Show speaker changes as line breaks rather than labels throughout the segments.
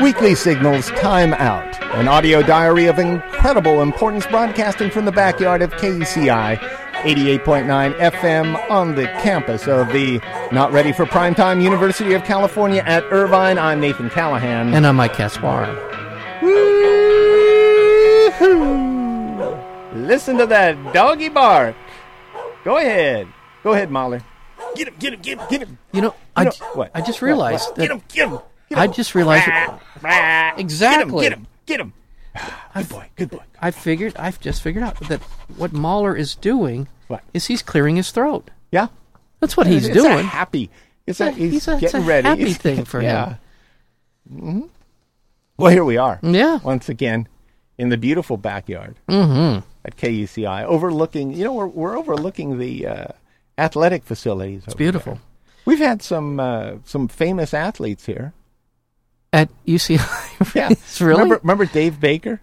Weekly Signals Time Out, an audio diary of incredible importance broadcasting from the backyard of KCI 88.9 FM on the campus of the Not Ready for Primetime University of California at Irvine. I'm Nathan Callahan.
And I'm Mike Caspar.
Woo-hoo. Listen to that doggy bark. Go ahead. Go ahead, Mahler. Get him, get him, get him, get him.
You know, I,
know-
j-
what?
I just
What?
realized
What? Get
that
him, get him. Get
I
him.
just realized that Exactly.
Get him, get him, get him. Good boy, good boy.
I figured I've just figured out that what Mahler is doing
What?
is he's clearing his throat.
Yeah.
That's what he's
it's a
doing.
happy. It's a,
He's a-
he's,
he's a- it's
getting
a
ready.
happy
He's-
thing for
yeah.
him.
Mhm. Well, here we are.
Yeah.
Once again, in the beautiful backyard
Mm-hmm.
at KUCI, overlooking, you know, we're, we're overlooking the uh, athletic facilities. It's
Beautiful.
We've had some uh, some famous athletes here.
At UCI.
Yeah.
It's really?
Remember, remember Dave Baker?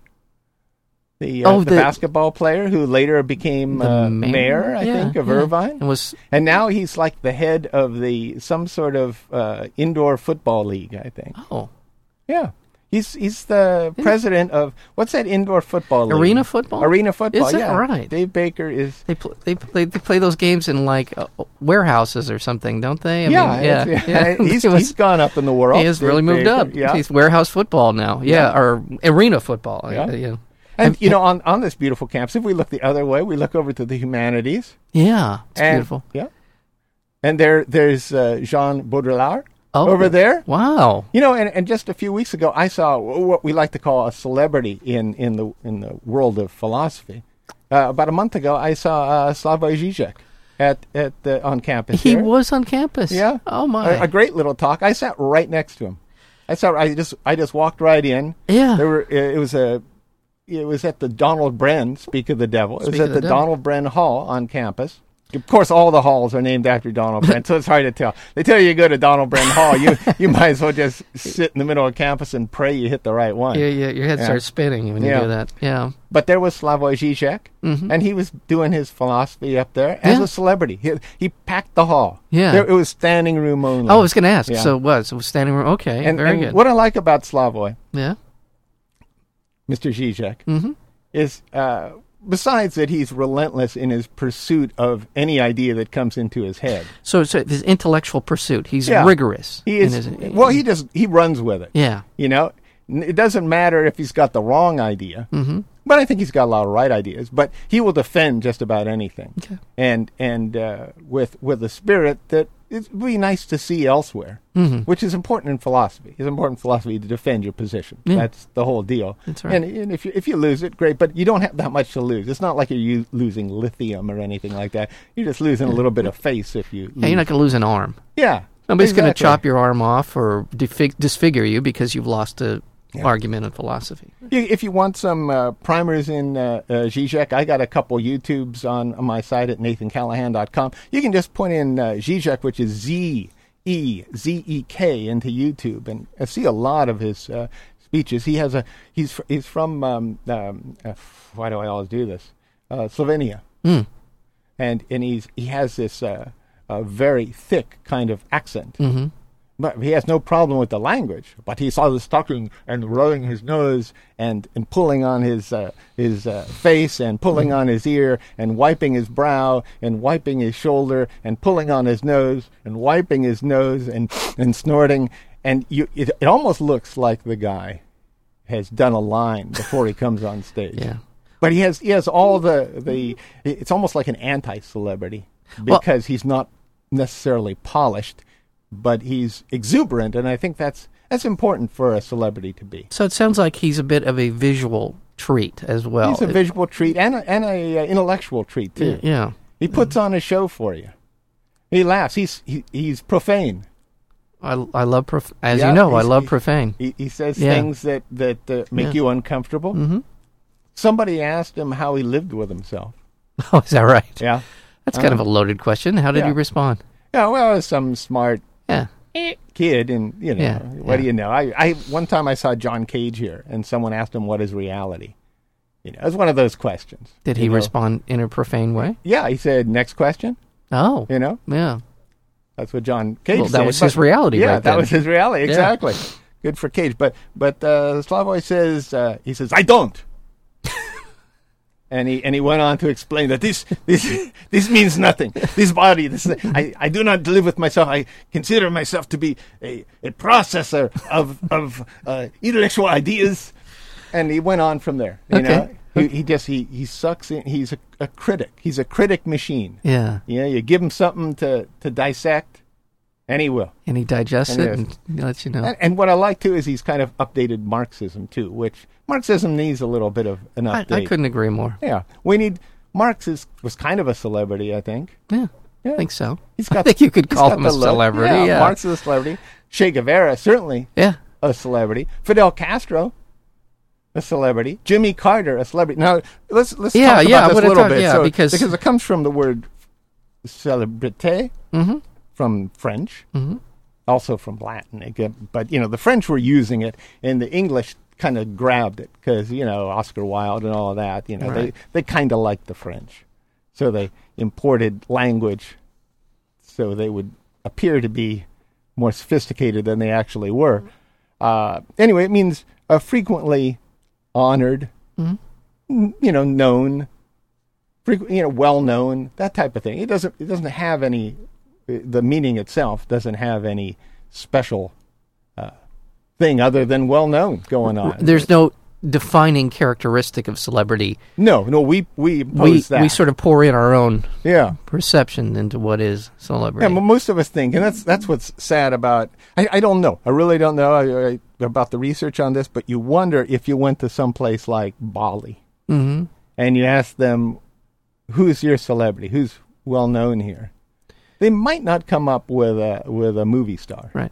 The, uh,
Oh,
the,
the-
basketball player who later became
The
uh,
mayor?
mayor, I
Yeah,
think, of
yeah.
Irvine.
And was
And now he's like the head of the some sort of uh, indoor football league, I think.
oh
Yeah. He's he's the president of what's that indoor football league?
arena football.
Arena football.
Is that
yeah.
right?
Dave Baker is
They pl- they play they play those games in like uh, warehouses or something, don't they? I
yeah,
mean, yeah,
it's-
yeah.
He's,
It was-
he's gone up in the world.
he has
Dave
really moved
Baker,
up.
Yeah.
He's warehouse football now. Yeah, or arena football.
Yeah.
Yeah, yeah.
and you know, on, on this beautiful campus, if we look the other way, we look over to the humanities.
Yeah, it's
and,
beautiful.
Yeah. And there there's uh, Jean Baudrillard
Oh.
over there.
Wow.
You know, and, and just a few weeks ago, I saw w- what we like to call a celebrity in, in the in the world of philosophy. Uh, about a month ago, I saw uh, Slavoj Žižek at at the, on campus.
He
here.
was on campus.
yeah.
Oh my.
A, a great little talk. I sat right next to him. I sat. I just I just walked right in.
Yeah.
There were. It was a. It was at the Donald Bren. Speak of the devil. It was
Speak
at
of
the,
the devil.
Donald Bren Hall on campus. Of course, all the halls are named after Donald Bren, so it's hard to tell. They tell you you go to Donald Bren Hall, you you might as well just sit in the middle of campus and pray you hit the right one.
yeah, yeah. Your head
Yeah.
starts spinning when you
Yeah.
do that. Yeah.
But there was Slavoj Žižek, and he was doing his philosophy up there as
Mm-hmm. Yeah.
a celebrity. He, he packed the hall.
Yeah.
There, it was standing room only.
Oh, I was going to ask.
Yeah.
So what? So standing room. Okay.
and,
very
and
good.
What I like about Slavoj,
yeah.
Mr. Zizek,
Mm-hmm.
is uh, besides that he's relentless in his pursuit of any idea that comes into his head.
So, so this intellectual pursuit. He's
Yeah.
rigorous.
He
in
is
his-
well. He just he runs with it.
Yeah.
You know, N- it doesn't matter if he's got the wrong idea. Mm-hmm. But I think he's got a lot of right ideas. But he will defend just about anything.
Okay.
And and uh, with with a spirit that it would be nice to see elsewhere, mm-hmm. which is important in philosophy. It's important in philosophy to defend your position. That's the whole deal.
That's right.
And, and if you, if you lose it, great. But you don't have that much to lose. It's not like you're u- losing lithium or anything like that. You're just losing a little bit of face if you.
Yeah,
lose.
you're not going to lose an arm.
yeah.
Nobody's going to
exactly.
chop your arm off or defig- disfigure you because you've lost a argument in philosophy.
You- If you want some uh, primers in uh, uh, Zizek, I got a couple YouTubes on, on my site at nathancallahan.com. You can just put in uh, Zizek, which is Z E Z E K, into YouTube, and I see a lot of his uh, speeches. He has a he's fr- he's from um, um, uh, why do I always do this? Uh, Slovenia, and and he's he has this uh, uh, very thick kind of accent. Mm-hmm. But he has no problem with the language. But he saw this talking and rolling his nose and, and pulling on his uh, his uh, face and pulling on his ear and wiping his brow and wiping his shoulder and pulling on his nose and wiping his nose and and snorting and you it, it almost looks like the guy has done a line before he comes on stage.
Yeah.
But he has he has all the the it's almost like an anti-celebrity
Well-
because he's not necessarily polished, but he's exuberant and I think that's that's important for a celebrity to be.
So it sounds like he's a bit of a visual treat as well.
He's a visual treat and a, and a uh, intellectual treat too.
yeah.
He puts on a show for you. He laughs. He's he, he's profane.
I, I love prof- as
Yeah,
you know I
he's-
love
he-
profane.
He, he says
Yeah.
things that that uh, make
Yeah.
you uncomfortable. Mm-hmm. Somebody asked him how he lived with himself.
oh, is that right?
Yeah.
That's kind of a loaded question. How did
Oh. yeah.
you respond?
Yeah, well, some smart
Yeah.
kid and you know
Yeah,
what do
yeah.
you know I, I one time i saw john cage here and someone asked him what is reality you know it was one of those questions
Did
you
he
know.
respond in a profane way?
yeah he said next question
Oh.
you know
Yeah.
that's what john cage
Well, that
said,
was
but-
his reality
yeah that
right then.
was his reality exactly good for Cage. But but uh, Slavoj says uh, he says I don't. And he, and he went on to explain that this, this, this means nothing. This body, this, I, I do not live with myself. I consider myself to be a, a processor of, of uh, intellectual ideas. And he went on from there. You
Okay.
know, he, he just, he, he sucks in, he's a, a critic. He's a critic machine.
Yeah.
You know, you give him something to, to dissect, and he will.
And he digests
And
it
it is.
and lets you know.
And, and what I like too is he's kind of updated Marxism too, which Marxism needs a little bit of an
I,
update.
I couldn't agree more.
Yeah, we need. Marx is, was kind of a celebrity, I think.
Yeah.
Yeah.
I think so.
He's
I
got-
think you could
he's
call
got
him a
the look.
celebrity. Yeah.
Marx is a celebrity. Che Guevara certainly
Yeah.
a celebrity. Fidel Castro, a celebrity. Jimmy Carter, a celebrity. Now let's let's
Yeah,
talk
yeah, I
about this a
would've
little
thought-
bit.
yeah,
so,
because-
it comes from the word celebrité
Mm-hmm.
from French,
Mhm.
also from Latin. It get- But you know, the French were using it, and the English kind of grabbed it because you know Oscar Wilde and all that. You know,
Right.
they they kind of liked the French, so they imported language, so they would appear to be more sophisticated than they actually were. Uh, anyway, it means uh, frequently honored, n- you know, known, frequ- you know, well known, that type of thing. It doesn't it doesn't have any the meaning itself doesn't have any special uh, thing other than well known going on.
There's no defining characteristic of celebrity.
No, no, we we impose
We
that.
we sort of pour in our own
yeah.
perception into what is
Yeah,
celebrity.
well, most of us think, and that's that's what's sad about. I, I don't know. I really don't know I, I, about the research on this, but you wonder if you went to some place like Bali
hmm
and you asked them, "Who's your celebrity? Who's well known here?" They might not come up with a with a movie star.
Right.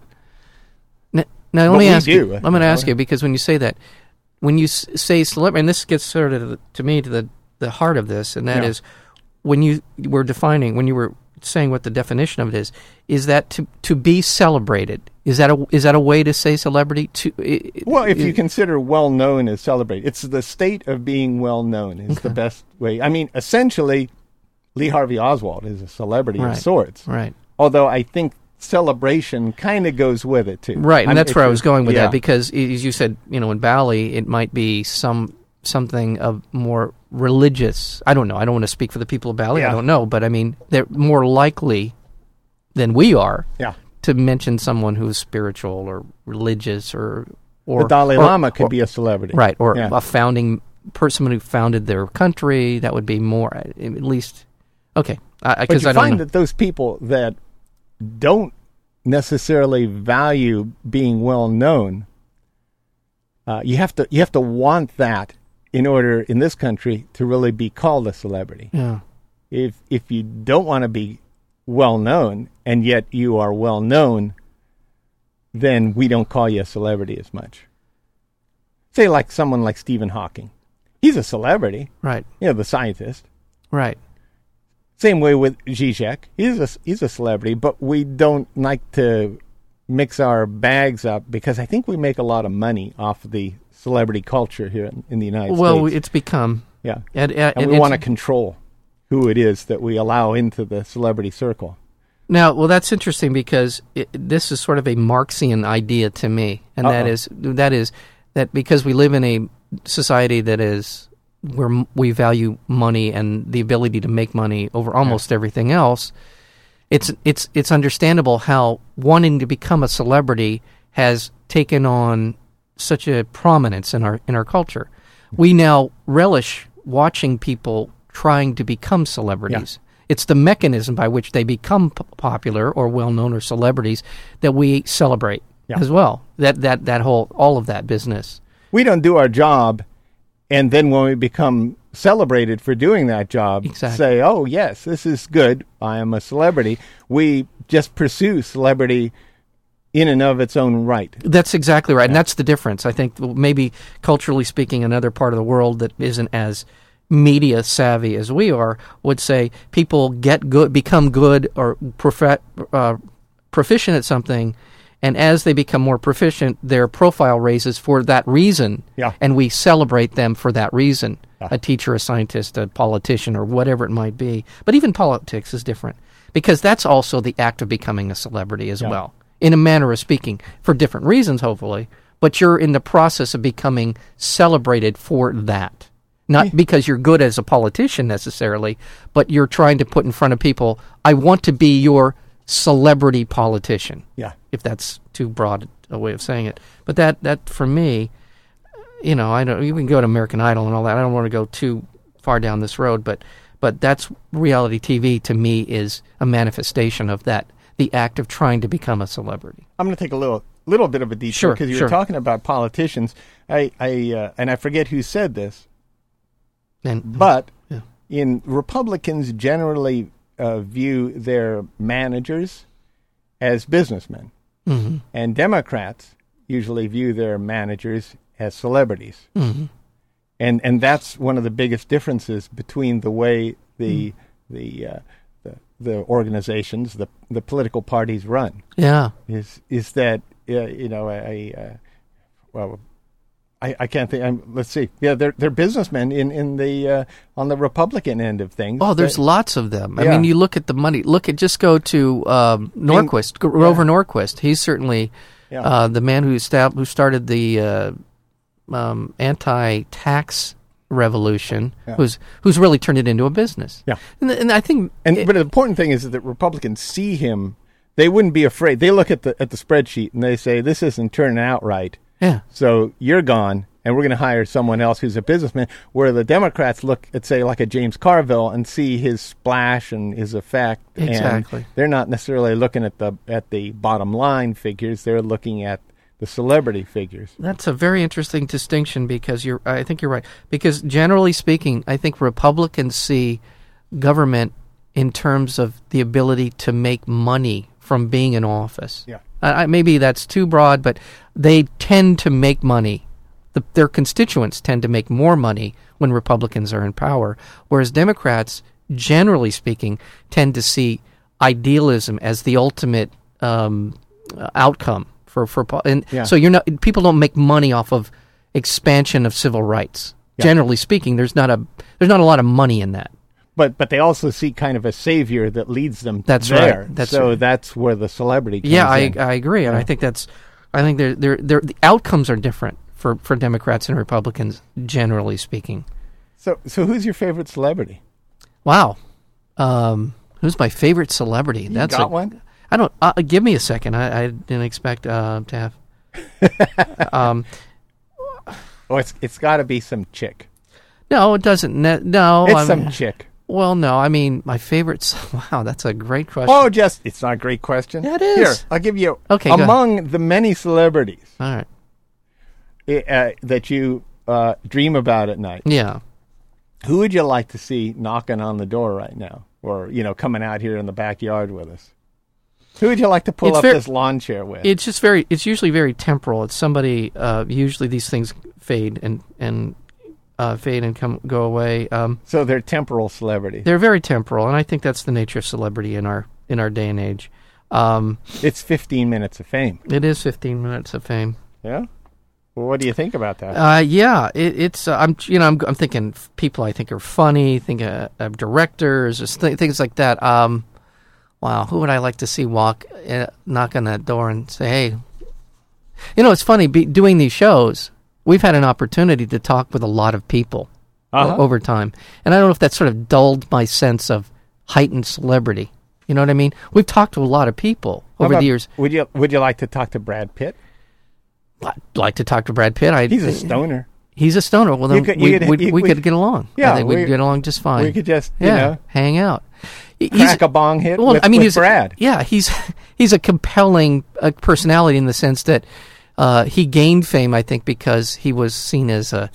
Now, now let
But
me
we
ask
do, uh,
you. I'm going
you know.
to ask you because when you say that, when you s- say celebrity, and this gets sort of the- to me to the the heart of this, and that
Yeah.
is when you were defining, when you were saying what the definition of it is, is that to to be celebrated. Is that a is that a way to say celebrity? To i- i-
Well, if you
i-
consider well known as celebrated, it's the state of being well known is the best way. I mean, essentially, Lee Harvey Oswald is a celebrity
Right.
of sorts.
right,
although I think celebration kind of goes with it too.
right, and
I'm-
that's
it's
where I
a-
was going with
yeah.
that because i- as you said, you know, in Bali, it might be some something of more religious. I don't know. I don't want to speak for the people of Bali. I
Yeah.
don't know, but I mean, they're more likely than we are
yeah,
to mention someone who's spiritual or religious or or
the Dalai
or-
Lama could
or-
be a celebrity,
right or
Yeah.
a founding person who founded their country. That would be more at least okay. I
But
Because
you
I, don't
find
know.
that those people that don't necessarily value being well known, uh, you have to you have to want that in order in this country to really be called a celebrity.
yeah.
If if you don't want to be well known and yet you are well known, then we don't call you a celebrity as much. Say like someone like Stephen Hawking. He's a celebrity,
Right.
you know, the scientist.
Right.
Same way with Zizek. He's a, he's a celebrity, but we don't like to mix our bags up because I think we make a lot of money off the celebrity culture here in, in the United
Well,
States.
it's become
yeah.
and, and,
And we
it's-
want to control who it is that we allow into the celebrity circle.
Now, well, that's interesting because it, this is sort of a Marxian idea to me, and that
Uh-oh.
is that is that because we live in a society that is where m- we value money and the ability to make money over almost everything else, it's it's it's understandable how wanting to become a celebrity has taken on such a prominence in our in our culture. We now relish watching people trying to become celebrities. It's the mechanism by which they become p- popular or well known or celebrities that we celebrate
Yeah.
as well. That that that whole all of that business.
We don't do our job, and then when we become celebrated for doing that job,
Exactly.
say, "Oh yes, this is good. I am a celebrity." We just pursue celebrity in and of its own right.
That's exactly right, and that's the difference. I think maybe culturally speaking, another part of the world that isn't as media savvy as we are would say people get good, become good, or profe- uh, proficient at something, and as they become more proficient, their profile raises for that reason,
Yeah.
and we celebrate them for that reason. A teacher, a scientist, a politician, or whatever it might be. But even politics is different because that's also the act of becoming a celebrity as well. in a manner of speaking, for different reasons, hopefully. But you're in the process of becoming celebrated for that. Not because you're good as a politician necessarily, but you're trying to put in front of people, I want to be your celebrity politician
Yeah.
if that's too broad a way of saying it. But that that for me, you know, I don't. You can go to American Idol and all that. I don't want to go too far down this road, but but that's reality TV to me is a manifestation of that the act of trying to become a celebrity.
I'm going to take a little little bit of a detour
Sure,
because you
sure.
were talking about politicians. I I uh, and I forget who said this,
And
but
Mm-hmm. Yeah.
in Republicans generally uh, view their managers as businessmen,
Mhm.
and Democrats usually view their managers as celebrities.
Mhm.
and and that's one of the biggest differences between the way the
Mm-hmm.
the, uh, the the organizations the the political parties run
yeah,
is is that uh, you know a, a uh, well I, I can't think I'm, let's see yeah they're they're businessmen in in the uh, on the Republican end of things
oh, there's
They-
lots of them. I
Yeah.
mean, you look at the money. Look at just go to um, Norquist, G Grover Norquist. He's certainly
Yeah.
uh, the man who stab- who started the uh, um, anti-tax revolution,
Yeah.
who's who's really turned it into a business.
Yeah.
and, and I think
and
it-
but the important thing is that Republicans see him they wouldn't be afraid they look at the at the spreadsheet and they say this isn't turning out right
yeah,
So you're gone, and we're going to hire someone else who's a businessman. Where the Democrats look at, say, like a James Carville and see his splash and his effect. and
Exactly.
they're not necessarily looking at the at the bottom line figures. They're looking at the celebrity figures.
that's a very interesting distinction because you're. I think you're right because generally speaking, I think Republicans see government in terms of the ability to make money from being in office.
Yeah.
I, I, maybe that's too broad, but they tend to make money. The, their constituents tend to make more money when Republicans are in power, whereas Democrats, generally speaking, tend to see idealism as the ultimate um, uh, outcome for for po- and
Yeah.
so you're not people don't make money off of expansion of civil rights. Generally speaking, there's not a there's not a lot of money in that.
But but they also see kind of a savior that leads them.
That's right.
there.
That's
so
right.
that's where the celebrity. Comes
Yeah, I,
in.
I agree, and I think that's I think they're, they're, they're, the outcomes are different for, for Democrats and Republicans, generally speaking.
so so who's your favorite celebrity?
Wow, um, who's my favorite celebrity? that's
got
a-
one?
I don't. Uh, give me a second. I, I didn't expect uh, to have. um,
Oh, it's it's got to be some chick.
no, it doesn't. Ne- no,
It's
Oh, I'm-
some chick.
well, no. I mean, my favorite. ce- Wow, that's a great question.
Oh, just it's not a great question.
Yeah, it is.
Here, I'll give you
Okay, go ahead.
among the many celebrities.
All right.
uh, that you uh, dream about at night.
Yeah.
Who would you like to see knocking on the door right now, or you know, coming out here in the backyard with us? Who would you like to pull
It's
up
ver-
this lawn chair with?
It's just very. It's usually very temporal. It's somebody. Uh, usually these things fade and and uh, fade and come go away. Um,
so they're temporal celebrities.
they're very temporal, and I think that's the nature of celebrity in our in our day and age. Um,
It's fifteen minutes of fame.
it is 15 minutes of fame.
Yeah. Well, what do you think about that?
Uh, yeah, it, it's. Uh, I'm you know I'm I'm thinking f- people I think are funny. Think uh, of directors, just th- things like that. Um, wow, who would I like to see walk uh, knock on that door and say, hey, you know, it's funny be, doing these shows. We've had an opportunity to talk with a lot of people o-
Uh-huh.
over time, and I don't know if that sort of dulled my sense of heightened celebrity. You know what I mean? We've talked to a lot of people
How
over
about-
the years.
would you would you like to talk to Brad Pitt?
I'd like to talk to Brad Pitt. I,
He's a stoner.
He's a stoner. Well, then
You could-
we,
you could-
we'd-
you-
we
we-
could get along.
Yeah,
I think we'd
we-
get along just fine.
we could just, you
yeah,
know,
hang out. He- he's-
Crack a bong hit with, with
he's,
Brad.
Yeah, he's he's a compelling uh, personality in the sense that uh, he gained fame, I think, because he was seen as a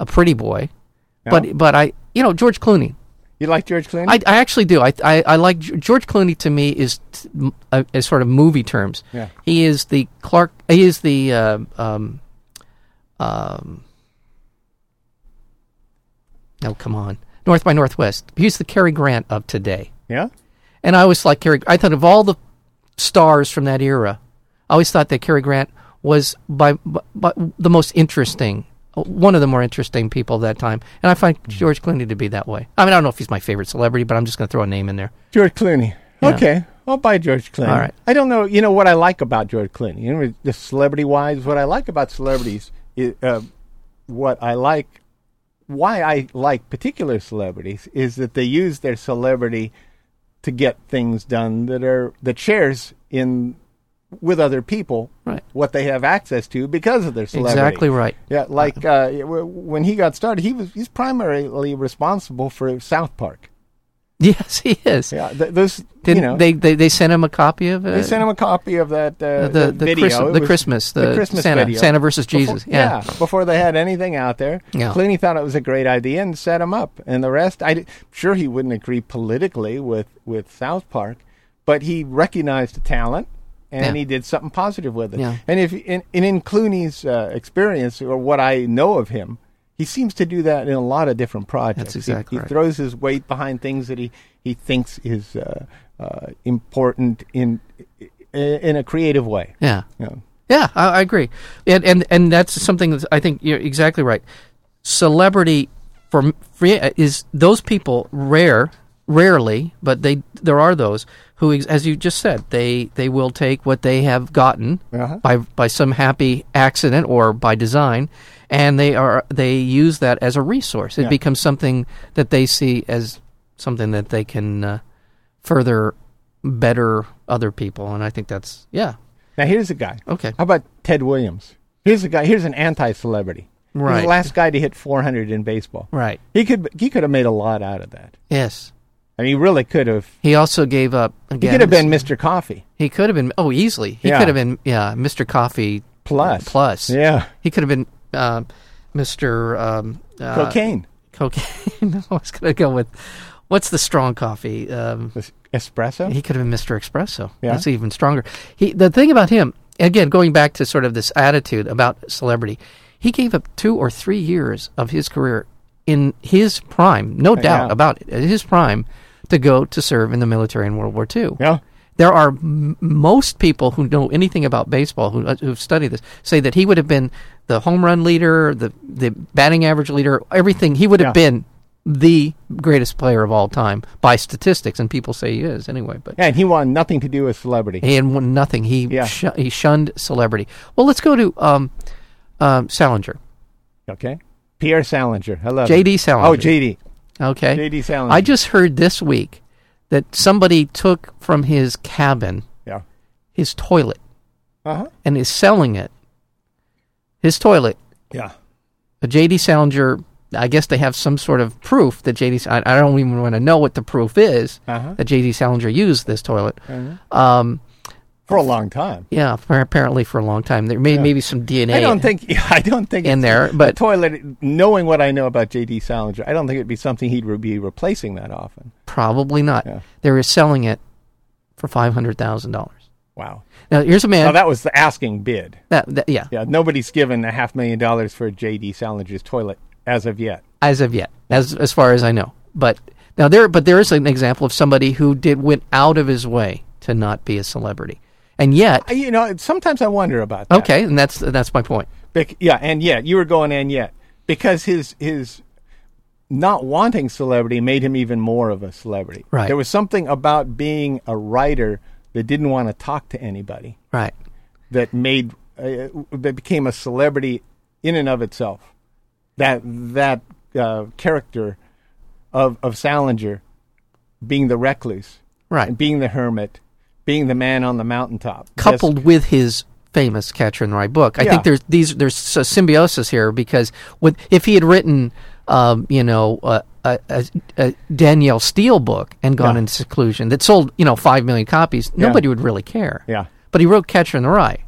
a pretty boy. But but I you know George Clooney.
You like George Clooney?
I, I actually do. I, I, I like George Clooney. To me, is t- m- uh, is sort of movie terms.
Yeah.
He is the Clark. He is the uh, um, um. Oh come on, North by Northwest. He's the Cary Grant of today.
yeah.
And I always like Cary. I thought of all the stars from that era. I always thought that Cary Grant was by, by, by the most interesting, one of the more interesting people of that time. And I find
Hmm.
George Clooney to be that way. I mean, I don't know if he's my favorite celebrity, but I'm just going to throw a name in there.
George Clooney.
Yeah.
Okay. I'll buy George Clooney.
All right.
I don't know. You know what I like about George Clooney. You know, the celebrity wise, what I like about celebrities, is, uh, what I like, why I like particular celebrities is that they use their celebrity to get things done that are that shares in with other people
Right.
what they have access to because of their celebrity.
Exactly right.
Yeah, like uh, w- when he got started, he was he's primarily responsible for South Park.
Yes, he is.
Yeah, th- those you
Didn't
know
they, they? They sent him a copy of
They
it.
sent him a copy of that uh,
Uh, the-
that
the
video.
Christ-
It
the
was
Christmas, the
Christmas
Santa-
video.
Santa versus
Before-
Jesus, yeah.
before they had anything out there,
Yeah.
Clooney thought it was a great idea and set him up. And the rest, I am sure he wouldn't agree politically with with South Park, but he recognized the talent. And
Yeah.
he did something positive with it.
Yeah.
And if and, and in Clooney's uh, experience or what I know of him, he seems to do that in a lot of different projects. He-
exactly
he,
right.
throws his weight behind things that he, he thinks is uh, uh, important in in a creative way.
yeah.
You know.
Yeah, I, I agree, and and and that's something that I think you're exactly right. Celebrity for, for uh, is those people rare, rarely, but they there are those who, ex- as you just said, they they will take what they have gotten
Uh-huh.
by by some happy accident or by design, and they are they use that as a resource. It
Yeah.
becomes something that they see as something that they can uh, further better other people, and I think that's yeah
Now here's a guy.
okay.
How about Ted Williams? Here's a guy. Here's an anti-celebrity. He's
Right.
the last guy to hit 400 in baseball.
Right.
He could he could have made a lot out of that.
Yes.
I mean, he really could have.
He also gave up.
He
Again,
could have been Mr. Coffee.
He could have been. Oh, easily. He
Yeah.
could have been. Yeah, Mr. Coffee
Plus.
Plus.
Yeah.
He could have been uh, Mr. Um, uh,
Cocaine.
Cocaine. no, I was gonna go with what's the strong coffee. Um,
Es- Espresso.
he could have been Mr. Espresso.
Yeah.
That's even stronger. He. The thing about him, again, going back to sort of this attitude about celebrity, he gave up two or three years of his career in his prime, no doubt
Uh, Yeah.
about it, his prime, to go to serve in the military in World War II.
yeah.
There are m- most people who know anything about baseball who uh, who've studied this say that he would have been the home run leader, the the batting average leader, everything. He would have
Yeah.
been the greatest player of all time by statistics, and people say he is anyway. But
And he wanted nothing to do with celebrity.
he had won nothing. He
Yeah.
shu- he shunned celebrity. Well, let's go to um, um, Salinger,
Okay. Pierre Salinger. Hello.
J.D. Salinger.
Oh, J.D.
Okay,
J.D. Salinger.
I just heard this week that somebody took from his cabin
Yeah.
his toilet
Uh huh.
and is selling it. His toilet
Yeah.
But J.D. Salinger, I guess they have some sort of proof that J.D. Sa- I, I don't even want to know what the proof is
Uh-huh.
that J.D. Salinger used this toilet. Um,
For a long time.
yeah, for, apparently for a long time. There may maybe some DNA.
I don't think I don't think
in
it's-
there, but-
the toilet. Knowing what I know about J.D. Salinger, I don't think it'd be something he'd re- be replacing that often.
probably not.
Yeah.
They were selling it for five hundred thousand dollars.
Wow.
Now here's a man
Now that was the asking bid.
that, that yeah,
Yeah, nobody's given a half million dollars for J.D. Salinger's toilet as of yet.
as of yet, as as far as I know. But now there, but there is an example of somebody who did went out of his way to not be a celebrity, and yet
I- You know, sometimes I wonder about that.
okay, and that's that's my point.
Bec- yeah, and yet you were going and yet because his his not wanting celebrity made him even more of a celebrity.
Right.
There was something about being a writer that didn't want to talk to anybody.
Right.
that made uh, that became a celebrity in and of itself. That that uh, character of of Salinger being the recluse,
Right.
being the hermit, being the man on the mountaintop,
coupled with his famous Catcher in the Rye book. I
Yeah.
think there's these there's a symbiosis here because with, if he had written, um, you know, a, a, a, a Danielle Steele book and gone
Yeah.
into seclusion that sold you know five million copies, nobody would really care.
Yeah.
but he wrote Catcher in the Rye,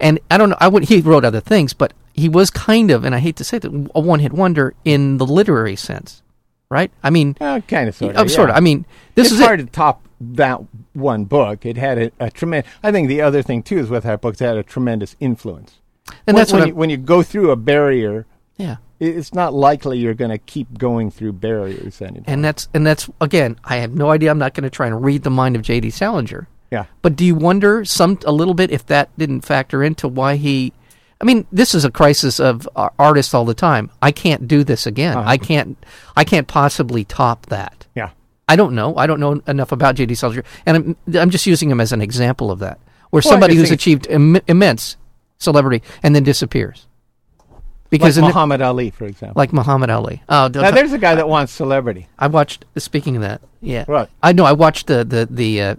and I don't know. I would he wrote other things, but he was kind of, and I hate to say that, a one hit wonder in the literary sense, right? I mean,
Yes. Uh, kind of sort
uh,
of,
sort of. I mean, this
it's
is
hard
it.
to top that one book. It had a, a tremendous. I think the other thing too is with that book, it had a tremendous influence.
and
When-
that's
when
what
you, when you go through a barrier.
I'm, yeah.
it- It's not likely you're going to keep going through barriers anymore.
And that's and that's again, I have no idea. I'm not going to try and read the mind of J.D. Salinger.
yeah.
But do you wonder some a little bit if that didn't factor into why he? I mean, this is a crisis of ar- artists
Uh-huh.
all the time. I can't do this again. I can't. I can't possibly top that.
Yeah.
I don't know. I don't know enough about J.D. Salinger, and I'm, I'm just using him as an example of that, or
Well, I
somebody
can
who's
see-
achieved Im- immense celebrity and then disappears because
Because
in the-
like Muhammad Ali, for example.
like Muhammad Ali. Oh, don't
now,
talk-
there's a guy that wants celebrity.
I watched. Speaking of that, yeah,
Right.
I know. I watched the the the uh,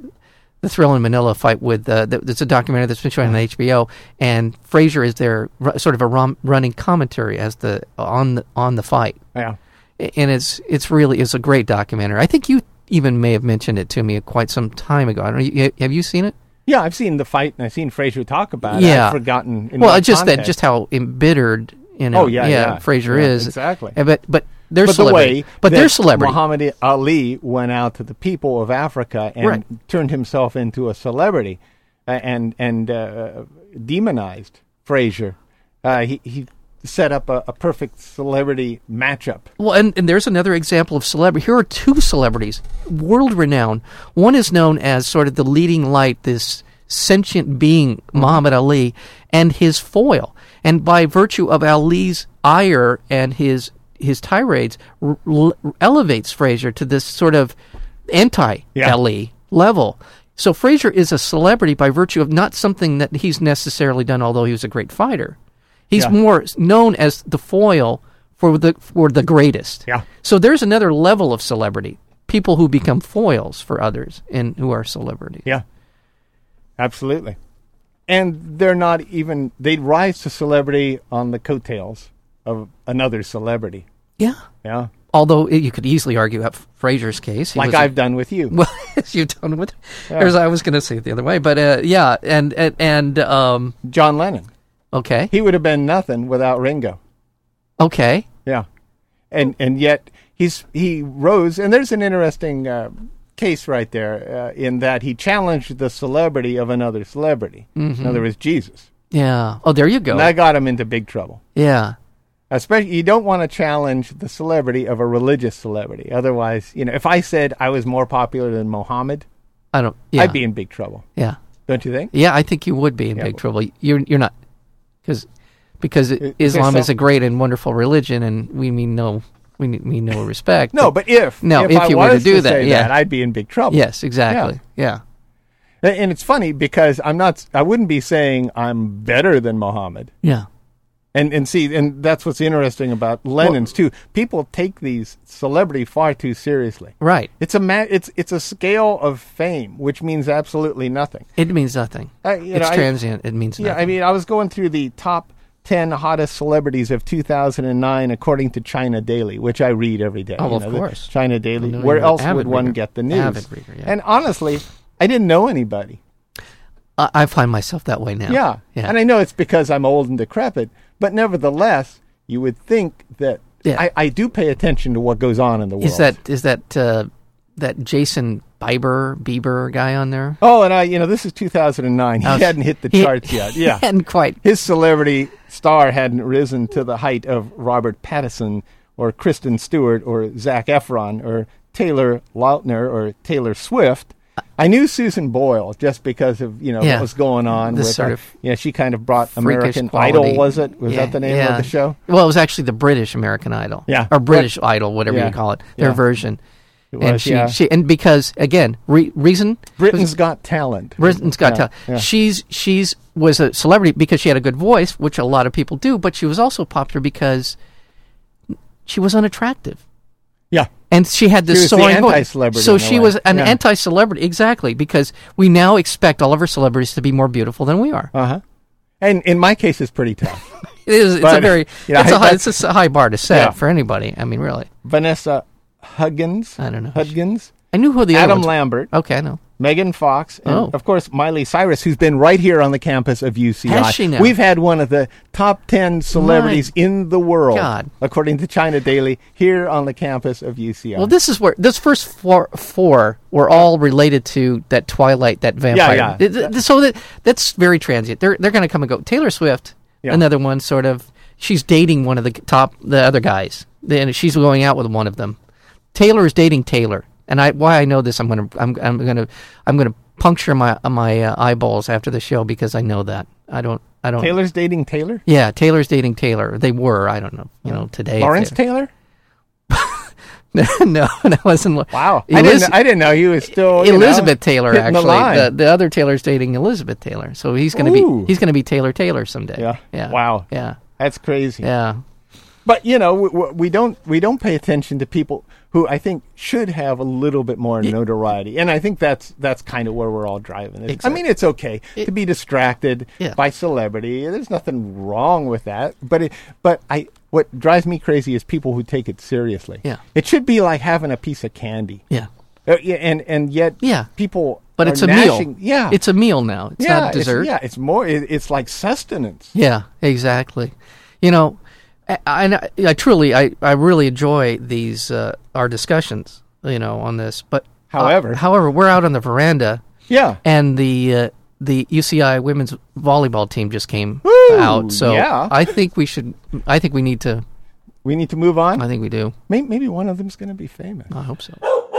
the Thrill in Manila fight with. Uh, the, it's a documentary that's been shown on HBO, and Fraser is there, r- sort of a rom- running commentary as the on the, on the fight,
Yeah.
A- and it's it's really it's a great documentary. I think you even may have mentioned it to me quite some time ago. I don't know. you- Have you seen it?
Yeah, I've seen the fight and I've seen Frazier talk about it.
Yeah.
I've forgotten. In
well,
what
it's just that,
context.
just how embittered you know.
Oh, yeah, yeah.
Fraser
Yeah,
is
exactly.
And But but they're
but the
celebrity.
way
but they're
that
celebrity.
Muhammad Ali went out to the people of Africa and
Right.
turned himself into a celebrity, uh, and and uh, demonized Frazier. Uh, he he set up a, a perfect celebrity matchup.
Well, and, and there's another example of celebrity. Here are two celebrities, world renowned. One is known as sort of the leading light, this sentient being, Muhammad Ali, and his foil. And by virtue of Ali's ire and his his tirades, r- l- elevates Fraser to this sort of anti
Yeah.
Ali level. So Fraser is a celebrity by virtue of not something that he's necessarily done, although he was a great fighter. He's
Yeah.
more s- known as the foil for the for the greatest.
Yeah.
So there's another level of celebrity. People who become foils for others and who are celebrities.
Yeah, absolutely. And they're not even they rise to celebrity on the coattails of another celebrity.
Yeah.
Yeah,
Although it, you could easily argue at Fraser's case, he
like
was a-
I've done with you.
well as you've done with. There's, I was going to say it the other way, but uh, yeah, and and, and um,
John Lennon.
okay,
He would have been nothing without Ringo.
okay,
Yeah, and and yet he's he rose, and there's an interesting uh, case right there uh, in that he challenged the celebrity of another celebrity. In other words, Jesus,
Mm-hmm. yeah. Oh, there you go.
and that got him into big trouble.
yeah.
Especially, you don't want to challenge the celebrity of a religious celebrity. Otherwise, you know, if I said I was more popular than Mohammed,
I don't. Yeah.
I'd be in big trouble.
Yeah.
Don't you think?
Yeah, I think you would be in
Yeah,
big
but-
trouble. You're you're not because because
there's
Islam is
some-
a great and wonderful religion, and we mean no we need- mean no respect.
No, but if
No,
if,
if
I
you were
was
to do that,
say
yeah.
that, I'd be in big trouble.
yes, exactly. Yeah.
A- and it's funny because I'm not. I wouldn't be saying I'm better than Mohammed.
yeah,
And and see, and that's what's interesting about Lennon's too. People take these celebrity far too seriously.
right.
It's a ma- it's it's a scale of fame, which means absolutely nothing.
It means nothing.
I- you
it's
know, I-
transient. it means
Yeah,
nothing.
I mean, I was going through the top ten hottest celebrities of 2009 according to China Daily, which I read every day.
Oh,
you
of
the
course.
China Daily.
know
Where
you're an
else
avid
would one
reader.
get the news?
Avid reader, yeah.
And honestly, I didn't know anybody.
I, I find myself that way now.
Yeah.
Oh, yeah.
And I know it's because I'm old and decrepit, but nevertheless, you would think that
Yeah.
I, I do pay attention to what goes on in the world.
is that is that uh, that Jason Bieber Bieber guy on there?
Oh, and I, you know, this is 2009. He
Oh,
hadn't hit the
he-
charts yet. Yeah.
and quite.
His celebrity star hadn't risen to the height of Robert Pattinson or Kristen Stewart or Zach Efron or Taylor Lautner or Taylor Swift. I knew Susan Boyle just because of you know
Yeah.
what was going on.
This
with
sort
her.
of
you know, she kind of brought
freakish
American
quality.
Idol. Was it? Was
Yeah,
that the name
yeah.
of the show?
Well, it was actually the British American Idol,
Yeah.
or British Idol, whatever
yeah,
you call it, their
yeah.
version. and
was,
she,
yeah.
she, and because again, re- reason
Britain's Got Talent.
Britain's Got
Yeah,
Talent.
yeah.
She's she's was a celebrity because she had a good voice, which a lot of people do, but she was also popular because she was unattractive.
Yeah.
And she had this
She was the
soaring voice.
anti-celebrity in
So
a
she
way.
was an
Yeah.
anti-celebrity, exactly, because we now expect all of our celebrities to be more beautiful than we are.
Uh huh. And in my case, it's pretty tough.
It is, it's a
but,
very,
you know,
it's, a
I-
high, it's a s- high bar to set
Yeah.
for anybody. I mean, really.
Vanessa Huggins.
I don't know.
Hudgens.
I knew who the
Adam
other ones.
Lambert.
Okay, I know.
Megan Fox, and
Oh.
of course Miley Cyrus, who's been right here on the campus of UCI.
Has she now?
We've had one of the top ten celebrities in the world,
God.
according to China Daily, here on the campus of UCI.
Well, this is where this first four, four were all related to that Twilight, that vampire.
yeah.
Th- th- So that that's very transient. They're they're going to come and go. Taylor Swift,
Yeah.
another one, sort of. She's dating one of the top the other guys. Then she's going out with one of them. Taylor is dating Taylor, and I why I know this. I'm gonna I'm I'm gonna I'm gonna puncture my my uh, eyeballs after the show because I know that I don't I don't.
Taylor's dating Taylor. Mm.
Yeah, Taylor's dating Taylor. They were. I don't know. You know today. if
Lawrence
they-
Taylor.
no, that wasn't. Lo-
Wow, I
Eliz-
didn't. I didn't know he was still you know,
Elizabeth Taylor,
hitting
actually,
The line.
the, the other Taylor's dating Elizabeth Taylor, so he's going to
Ooh.
be he's going to be Taylor Taylor someday.
Yeah.
yeah.
Wow.
Yeah,
That's crazy.
yeah.
But you know, we, we don't we don't pay attention to people who I think should have a little bit more notoriety, and I think that's that's kind of where we're all driving. It's- I mean, it's okay to be distracted
Yeah.
by celebrity. There's nothing wrong with that. But it, but I what drives me crazy is people who take it seriously.
Yeah.
it should be like having a piece of candy.
Yeah.
Uh, yeah, and and yet
Yeah.
people
But
are
it's a
gnashing-
meal.
Yeah,
It's a meal now. It's
yeah,
not dessert.
yeah, it's more. It, it's like sustenance.
Yeah, exactly. You know, I, I, I truly, I, I really enjoy these uh, our discussions. You know, on this, but uh,
However.
however, we're out on the veranda,
Yeah.
and the uh, the UCI women's volleyball team just came
Woo,
out. So
yeah.
I think we should. I think we need to.
We need to move on.
I think we do.
Maybe, maybe one of them's going to be famous.
I hope so.